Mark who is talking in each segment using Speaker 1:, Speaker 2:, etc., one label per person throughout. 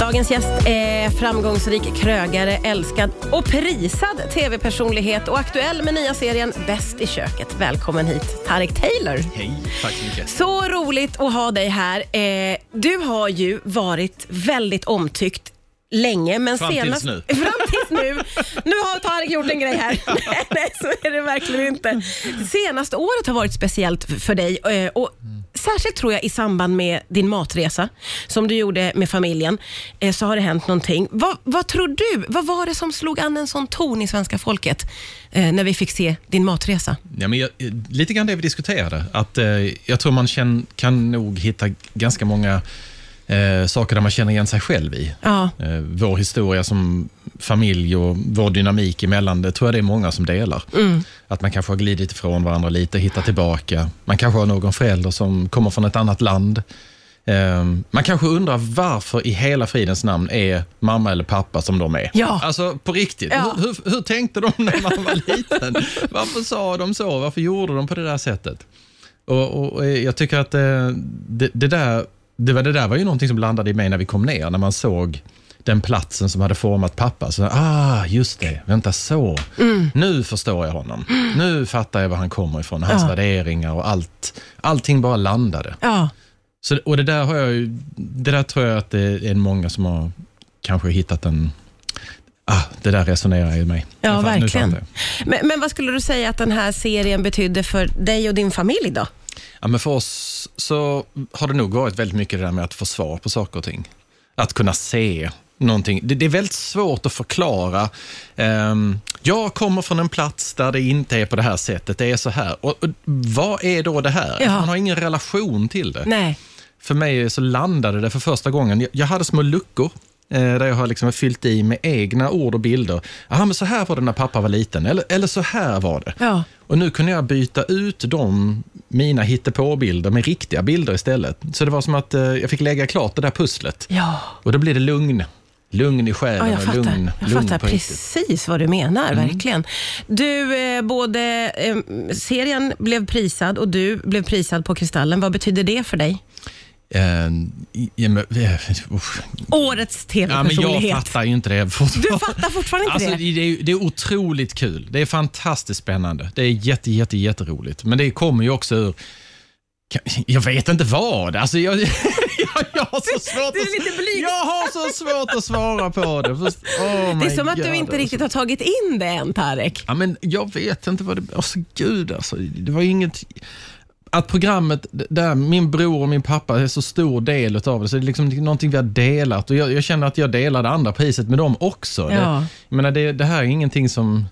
Speaker 1: Dagens gäst är framgångsrik krögare, älskad och prisad tv-personlighet och aktuell med nya serien Bäst i köket. Välkommen hit, Tarek Taylor.
Speaker 2: Hej, tack så mycket.
Speaker 1: Så roligt att ha dig här. Eh, du har ju varit väldigt omtyckt länge, men
Speaker 2: Fram tills
Speaker 1: senast...
Speaker 2: nu.
Speaker 1: Fram tills nu. Nu har Tarek gjort en grej här. nej, nej, så är det verkligen inte. Senaste året har varit speciellt f- för dig. eh, Och Särskilt tror jag i samband med din matresa som du gjorde med familjen, eh, så har det hänt någonting. Vad, vad tror du? Vad var det som slog an en sån ton i svenska folket eh, när vi fick se din matresa?
Speaker 2: Ja, men jag, eh, lite grann det vi diskuterade, att eh, jag tror man känn, kan nog hitta ganska många eh, saker där man känner igen sig själv i.
Speaker 1: Ja.
Speaker 2: Eh, vår historia som familj och vår dynamik emellan, det tror jag det är många som delar.
Speaker 1: Mm.
Speaker 2: Att man kanske har glidit ifrån varandra lite, hittat tillbaka. Man kanske har någon förälder som kommer från ett annat land. Eh, Man kanske undrar varför i hela fridens namn är mamma eller pappa som de är.
Speaker 1: Ja.
Speaker 2: Alltså på riktigt,
Speaker 1: Ja.
Speaker 2: hur, hur, hur tänkte de när man var liten? Varför sa de så? Varför gjorde de på det där sättet? Och, och, och Jag tycker att eh, det, det, där, det, var, det där var ju någonting som landade i mig när vi kom ner, när man såg den platsen som hade format pappa. Så, ah, just det, vänta så.
Speaker 1: Mm.
Speaker 2: Nu förstår jag honom. Nu fattar jag var han kommer ifrån, hans
Speaker 1: Ja.
Speaker 2: värderingar och allt. Allting bara landade.
Speaker 1: Ja.
Speaker 2: Så, och det där, har jag, ju- det där tror jag att det är många som har kanske hittat en... Ah, det där resonerar i mig.
Speaker 1: Ja,
Speaker 2: Jag fa- nu
Speaker 1: verkligen.
Speaker 2: fattar jag.
Speaker 1: Men, men vad skulle du säga att den här serien betydde för dig och din familj då?
Speaker 2: Ja, men för oss så har det nog varit väldigt mycket det där med att få svar på saker och ting. Att kunna se någonting. Det, det är väldigt svårt att förklara. Ehm, jag kommer från en plats där det inte är på det här sättet, det är så här. Och, och vad är då det här?
Speaker 1: Ja.
Speaker 2: Man har ingen relation till det.
Speaker 1: Nej.
Speaker 2: för mig så landade det för första gången. Jag- Jag hade små luckor eh, där jag har liksom fyllt i med egna ord och bilder. Aha, men så här var det när pappa var liten, eller, eller så här var det.
Speaker 1: Ja.
Speaker 2: Och nu kunde jag byta ut de, mina hittepåbilder med riktiga bilder istället. Så det var som att eh, jag fick lägga klart det där pusslet.
Speaker 1: Ja,
Speaker 2: Och då blir det lugn. Lugn i själen
Speaker 1: ja jag
Speaker 2: och
Speaker 1: fattar,
Speaker 2: lugn,
Speaker 1: jag
Speaker 2: lugn
Speaker 1: fattar
Speaker 2: på riktigt. Mm.
Speaker 1: precis vad du menar, verkligen. Du, eh, både eh, serien blev prisad och du blev prisad på Kristallen. Vad betyder det för dig?
Speaker 2: Eh, i- ja, men, eh, usch.
Speaker 1: Årets
Speaker 2: ja, men jag
Speaker 1: TV-personlighet.
Speaker 2: fattar ju inte det fortfarande.
Speaker 1: du fattar fortfarande inte
Speaker 2: Alltså,
Speaker 1: det?
Speaker 2: det, är, ju- det är otroligt kul. Det är fantastiskt spännande. Det är jätte, jätte, jätteroligt. Men det kommer ju också ur... Ka- Jag vet inte vad. Alltså, jag, jag, jag har så svårt
Speaker 1: du är lite blyg.
Speaker 2: att, Jag har så svårt att svara på det. Först- Oh
Speaker 1: Det är
Speaker 2: my
Speaker 1: som att
Speaker 2: God,
Speaker 1: du inte
Speaker 2: alltså.
Speaker 1: riktigt har tagit in det än, Tarek.
Speaker 2: Ja, men jag vet inte vad det... Alltså, gud alltså. Det var ju inget... Att programmet, d- där min bror och min pappa är så stor del av det, så det är liksom någonting vi har delat. Och jag, jag känner att jag delade andra priset med dem också. Det,
Speaker 1: Ja.
Speaker 2: jag menar, det, det här är ingenting som...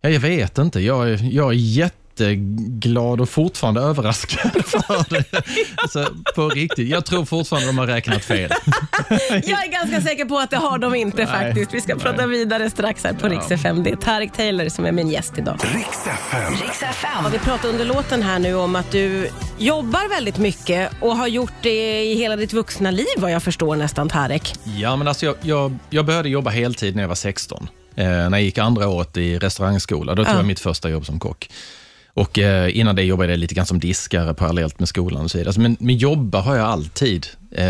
Speaker 2: Ja, jag vet inte. Jag, är- jag är jätteglad och fortfarande överraskad för det. Alltså, på riktigt. Jag tror fortfarande de har räknat fel.
Speaker 1: Jag är ganska säker på att det har de inte faktiskt. Vi ska
Speaker 2: nej.
Speaker 1: prata vidare strax här på Rix FM. Det är Tarek Taylor som är min gäst idag.
Speaker 3: Riks FM.
Speaker 1: Ja, vi pratade under låten här nu om att du jobbar väldigt mycket och har gjort det i hela ditt vuxna liv vad jag förstår nästan Tarek.
Speaker 2: Ja, men alltså jag, jag, jag började jobba heltid när jag var 16. Eh, när jag gick andra året i restaurangskola, då tog
Speaker 1: Ja.
Speaker 2: jag mitt första jobb som kock. Och eh, innan det jobbade jag lite grann som diskare parallellt med skolan och så vidare. Alltså, Men, men jobba har jag alltid, eh,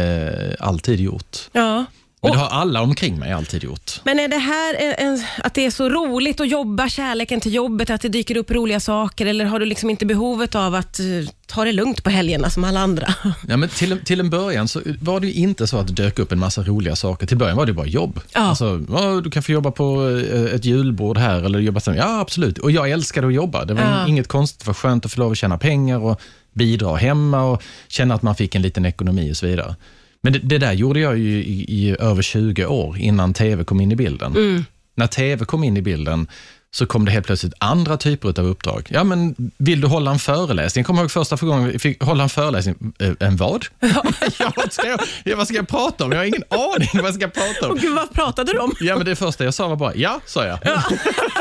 Speaker 2: alltid gjort.
Speaker 1: Ja.
Speaker 2: Men det har alla omkring mig alltid gjort.
Speaker 1: Men är det här en, en, att det är så roligt att jobba, kärleken till jobbet, att det dyker upp roliga saker eller har du liksom inte behovet av att eh, ta det lugnt på helgerna som alla andra?
Speaker 2: Ja, men till, till en början så var det ju inte så att det dök upp en massa roliga saker. Till början var det bara jobb.
Speaker 1: Ja.
Speaker 2: Alltså, "Ja, du kan få jobba på eh, ett julbord här eller jobba sen. Ja, absolut. Och jag älskade att jobba. Det var
Speaker 1: Ja.
Speaker 2: inget konstigt. Det var skönt att få lov att tjäna pengar och bidra hemma och känna att man fick en liten ekonomi och så vidare. Men det, det där gjorde jag ju i, i över 20 år innan tv kom in i bilden. När tv kom in i bilden så kom det helt plötsligt andra typer av uppdrag. Ja, men vill du hålla en föreläsning? Jag kommer ihåg första gången vi fick hålla en föreläsning. Eh, En vad? ja, vad, ska jag, ja, vad ska jag prata om? Jag har ingen aning vad jag ska prata om.
Speaker 1: Och gud, vad pratade du om?
Speaker 2: Ja, men det första jag sa var bara ja, sa jag.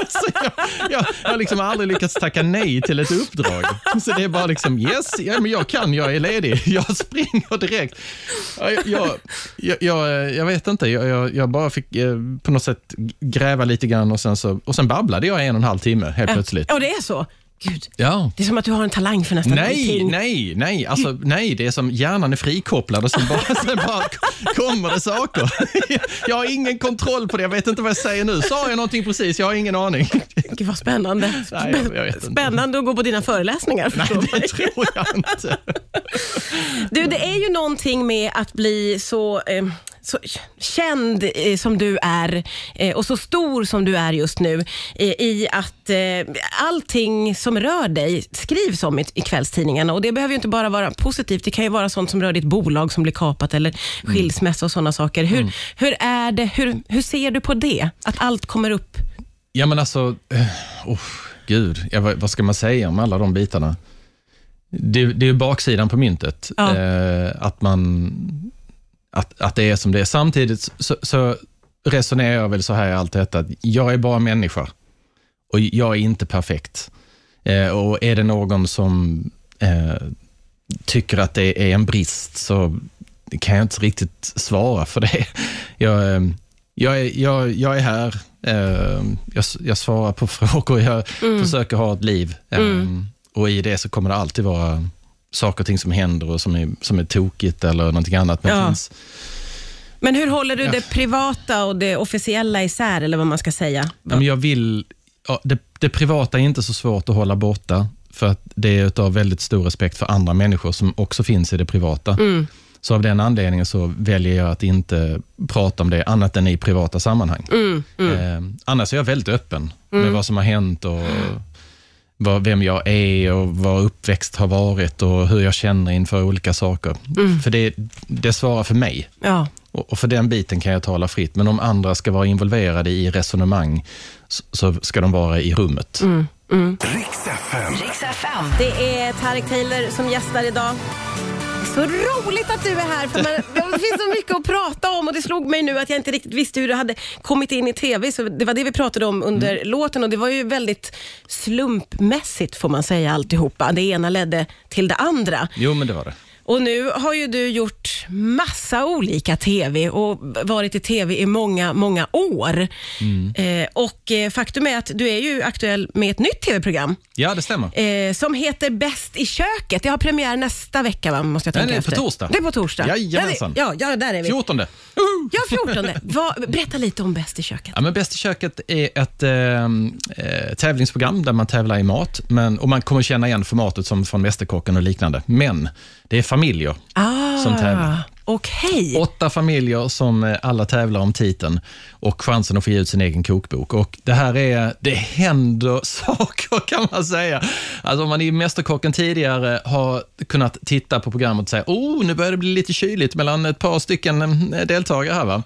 Speaker 2: så jag, jag, jag har liksom aldrig lyckats tacka nej till ett uppdrag. Så det är bara liksom yes, ja, men jag kan, jag är ledig, jag springer direkt. Ja, Jag, jag, jag, jag, jag vet inte, jag, jag, jag bara fick eh, på något sätt gräva lite grann och sen, så, och sen babblade jag i en och en halv timme helt plötsligt.
Speaker 1: Ja, det är så. Gud,
Speaker 2: Ja.
Speaker 1: det är som att du har en talang för nästan
Speaker 2: Nej,
Speaker 1: allting.
Speaker 2: nej, nej. Alltså, nej. Det är som hjärnan är frikopplad och sen bara, sen bara k- kommer det saker. Jag har ingen kontroll på det. Jag vet inte vad jag säger nu. Sa jag någonting precis? Jag har ingen aning.
Speaker 1: Gud vad spännande.
Speaker 2: Nej, jag- jag vet inte.
Speaker 1: spännande att gå på dina föreläsningar.
Speaker 2: Nej,
Speaker 1: förstår
Speaker 2: det
Speaker 1: man.
Speaker 2: tror jag inte.
Speaker 1: Du, det är ju någonting med att bli så, eh, så känd eh, som du är eh, och så stor som du är just nu eh, i att eh, allting som rör dig skrivs om i, i kvällstidningarna. Och det behöver ju inte bara vara positivt, det kan ju vara sånt som rör ditt bolag som blir kapat eller
Speaker 2: Mm.
Speaker 1: skilsmässa och sådana saker. Hur, hur är det, hur, hur ser du på det? Att allt kommer upp?
Speaker 2: Ja, men alltså... eh, Oh, gud, ja, vad, vad ska man säga om alla de bitarna? Det, det är ju baksidan på myntet.
Speaker 1: Ja.
Speaker 2: Eh, att, man, att, att det är som det är. Samtidigt så, så resonerar jag väl så här i allt detta. Att jag är bara människa och jag är inte perfekt. Eh, och är det någon som eh, tycker att det är en brist så kan jag inte riktigt svara för det. Jag, eh, jag, är, jag, jag är här, eh, jag, s- jag svarar på frågor, jag försöker ha ett liv. eh, Och i det så kommer det alltid vara saker och ting som händer och som är, som är tokigt eller någonting annat. Men
Speaker 1: Ja.
Speaker 2: det finns,
Speaker 1: Men hur håller du
Speaker 2: Ja.
Speaker 1: det privata och det officiella isär, eller vad man ska säga?
Speaker 2: ja, men jag vill, ja, det, det privata är inte så svårt att hålla borta för att det är av väldigt stor respekt för andra människor som också finns i det privata. Så av den anledningen så väljer jag att inte prata om det annat än i privata sammanhang. Eh, annars är jag väldigt öppen med vad som har hänt och vad, vem jag är och vad uppväxt har varit och hur jag känner inför olika saker. För det, det svarar för mig.
Speaker 1: Ja.
Speaker 2: Och, och för den biten kan jag tala fritt, men om andra ska vara involverade i resonemang så, så ska de vara i rummet.
Speaker 3: Riks FM.
Speaker 4: Riks FM.
Speaker 1: Det är Tarek Taylor som gästar idag. Så roligt att du är här, för man, det finns så mycket att prata om och det slog mig nu att jag inte riktigt visste hur du hade kommit in i TV, så det var det vi pratade om under låten och det var ju väldigt slumpmässigt får man säga alltihopa. Det ena ledde till det andra.
Speaker 2: Jo, men det var det.
Speaker 1: Och nu har ju du gjort massa olika TV och varit i TV i många, många år.
Speaker 2: Mm.
Speaker 1: Eh, och eh, faktum är att du är ju aktuell med ett nytt TV-program
Speaker 2: Ja, det stämmer.
Speaker 1: eh, som heter Bäst i köket. Jag har premiär nästa vecka, va? måste jag
Speaker 2: Nej,
Speaker 1: tänka
Speaker 2: det är på
Speaker 1: efter.
Speaker 2: torsdag.
Speaker 1: Det är på torsdag.
Speaker 2: Jajamensan.
Speaker 1: Där är, ja, ja, där är vi.
Speaker 2: 14.
Speaker 1: Ja, 14. Va, berätta lite om Bäst i köket.
Speaker 2: Ja, men Bäst i köket är ett eh, eh, tävlingsprogram där man tävlar i mat. Men, och man kommer känna igen formatet som från Mästerkocken och liknande. Men det är familjer.
Speaker 1: Ah,
Speaker 2: Som tävlar.
Speaker 1: Okej.
Speaker 2: Åtta familjer som eh, alla tävlar om titeln och chansen att få ge ut sin egen kokbok. Och det här är, det händer saker kan man säga. Alltså om man i Mästerkocken tidigare har kunnat titta på programmet och säga, oh, nu börjar det bli lite kyligt mellan ett par stycken eh, deltagare här va.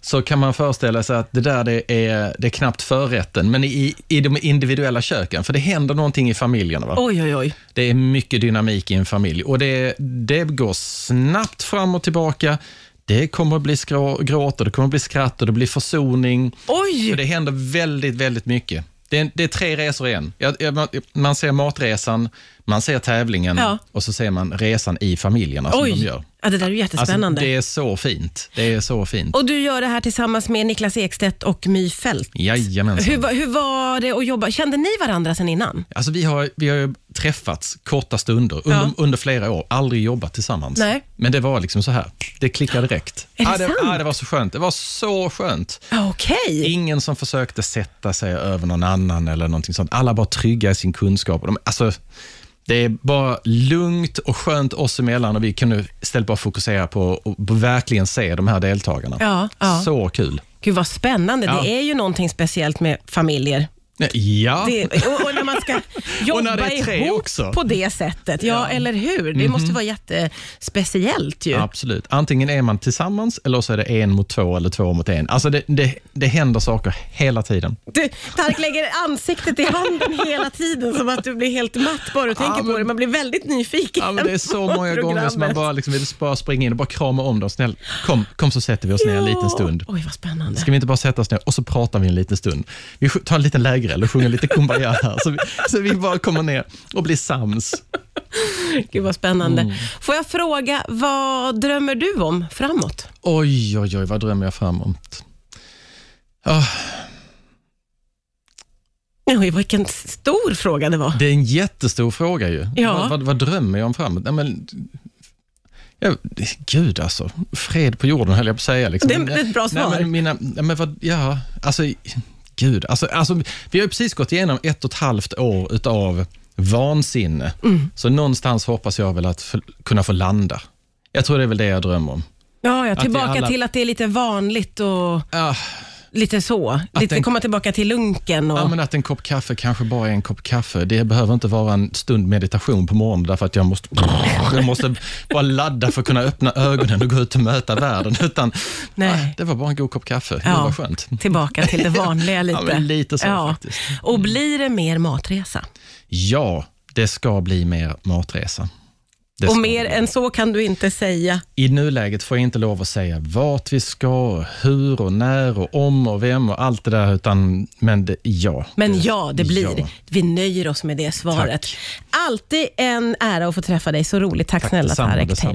Speaker 2: Så kan man föreställa sig att det där det är, det är knappt förrätten, men i, i de individuella köken, för det händer någonting i familjerna. Va?
Speaker 1: Oj, oj, oj.
Speaker 2: Det är mycket dynamik i en familj och det, det går snabbt fram och tillbaka. Det kommer att bli skrå, gråt och det kommer att bli skratt och det blir försoning.
Speaker 1: Oj!
Speaker 2: Och det händer väldigt, väldigt mycket. Det är, det är tre resor i en. Jag, jag, man- man ser matresan, man ser tävlingen
Speaker 1: Ja.
Speaker 2: och så ser man resan i familjerna som de
Speaker 1: oj.
Speaker 2: gör.
Speaker 1: Ja, det där är ju
Speaker 2: Alltså,
Speaker 1: jättespännande.
Speaker 2: det är så fint. Det är så fint.
Speaker 1: Och du gör det här tillsammans med Niklas Ekstedt och My Fält.
Speaker 2: Jajamensan.
Speaker 1: Hur, va- hur var det att jobba? Kände ni varandra sen innan?
Speaker 2: Alltså, vi, har, vi har ju träffats korta stunder under,
Speaker 1: Ja.
Speaker 2: under flera år, aldrig jobbat tillsammans.
Speaker 1: Nej.
Speaker 2: Men det var liksom så här, det klickade direkt.
Speaker 1: Är det
Speaker 2: ja, det,
Speaker 1: sant?
Speaker 2: ja, det var så skönt. Det var så skönt.
Speaker 1: Okej.
Speaker 2: Ingen som försökte sätta sig över någon annan eller någonting sånt. Alla bara trygga i sin kunskap. Och De, alltså, det är bara lugnt och skönt oss emellan och vi kunde istället bara fokusera på att verkligen se de här deltagarna.
Speaker 1: Ja, ja.
Speaker 2: Så kul.
Speaker 1: Gud vad spännande.
Speaker 2: Ja.
Speaker 1: Det är ju någonting speciellt med familjer.
Speaker 2: Ja.
Speaker 1: Det, och, och när man ska jobba
Speaker 2: Och när det är tre
Speaker 1: ihop
Speaker 2: också. Mhm.
Speaker 1: på det sättet. Ja, eller hur? Det måste vara jättespeciellt ju.
Speaker 2: Absolut. Antingen är man tillsammans eller så är det en mot två eller två mot en. Alltså det, det, det händer saker hela tiden.
Speaker 1: Du, Tark lägger ansiktet i handen hela tiden som att du blir helt matt bara och tänker
Speaker 2: men-
Speaker 1: på det. Man blir väldigt nyfiken.
Speaker 2: Ja, men det är så
Speaker 1: på
Speaker 2: många gånger som man
Speaker 1: programmet.
Speaker 2: bara, liksom vill bara springa in och bara krama om dem. Snäll, kom, kom så sätter vi oss ner en liten stund.
Speaker 1: Oj, vad spännande.
Speaker 2: Ska vi inte bara sätta oss ner och så pratar vi en liten stund? Vi sj- tar en liten lägereld och sjunger lite Kumbaya här, så vi, så vi bara kommer ner och blir sams.
Speaker 1: Gud vad spännande.
Speaker 2: Mm.
Speaker 1: Får jag fråga, vad drömmer du om framåt?
Speaker 2: Oj, oj, oj, vad drömmer jag fram emot? Ah.
Speaker 1: Oj, vilken stor fråga det var.
Speaker 2: Det är en jättestor fråga ju.
Speaker 1: Ja.
Speaker 2: Vad, vad, vad drömmer jag om framåt? Nej, men, ja, gud alltså, fred på jorden höll jag på att säga. Liksom.
Speaker 1: Det är- det är ett bra svar.
Speaker 2: Nej, men, mina, nej, men vad, ja, alltså, gud. Alltså, alltså, vi har ju precis gått igenom ett och ett halvt år utav vansinne.
Speaker 1: Mm.
Speaker 2: Så någonstans hoppas jag väl att få- kunna få landa. Jag tror det är väl det jag drömmer om.
Speaker 1: Ja, ja,
Speaker 2: det är
Speaker 1: tillbaka
Speaker 2: alla-
Speaker 1: till att det är lite vanligt och
Speaker 2: Ah,
Speaker 1: lite så. Lite
Speaker 2: den-
Speaker 1: komma tillbaka till lunken och...
Speaker 2: Ja, men att en kopp kaffe kanske bara är en kopp kaffe. Det behöver inte vara en stund meditation på morgonen därför att jag måste, jag måste bara ladda för att kunna öppna ögonen och gå ut och möta världen. Utan,
Speaker 1: Nej.
Speaker 2: ah, det var bara en god kopp kaffe. Ja. Det var skönt.
Speaker 1: Tillbaka till det vanliga lite.
Speaker 2: Ja, men lite så faktiskt. Mm.
Speaker 1: Och blir det mer matresa?
Speaker 2: Ja, det ska bli mer matresa. Det
Speaker 1: och
Speaker 2: ska
Speaker 1: mer
Speaker 2: det.
Speaker 1: än så kan du inte säga.
Speaker 2: I nuläget får jag inte lov att säga vart vi ska, och hur och när och om och vem och allt det där, utan men det, ja.
Speaker 1: Men ja, det blir.
Speaker 2: Ja.
Speaker 1: Vi nöjer oss med det svaret.
Speaker 2: Tack.
Speaker 1: Alltid en ära att få träffa dig. Så roligt. Tack, snälla
Speaker 2: detsamma,
Speaker 1: Tarek
Speaker 2: detsamma.
Speaker 1: Taylor.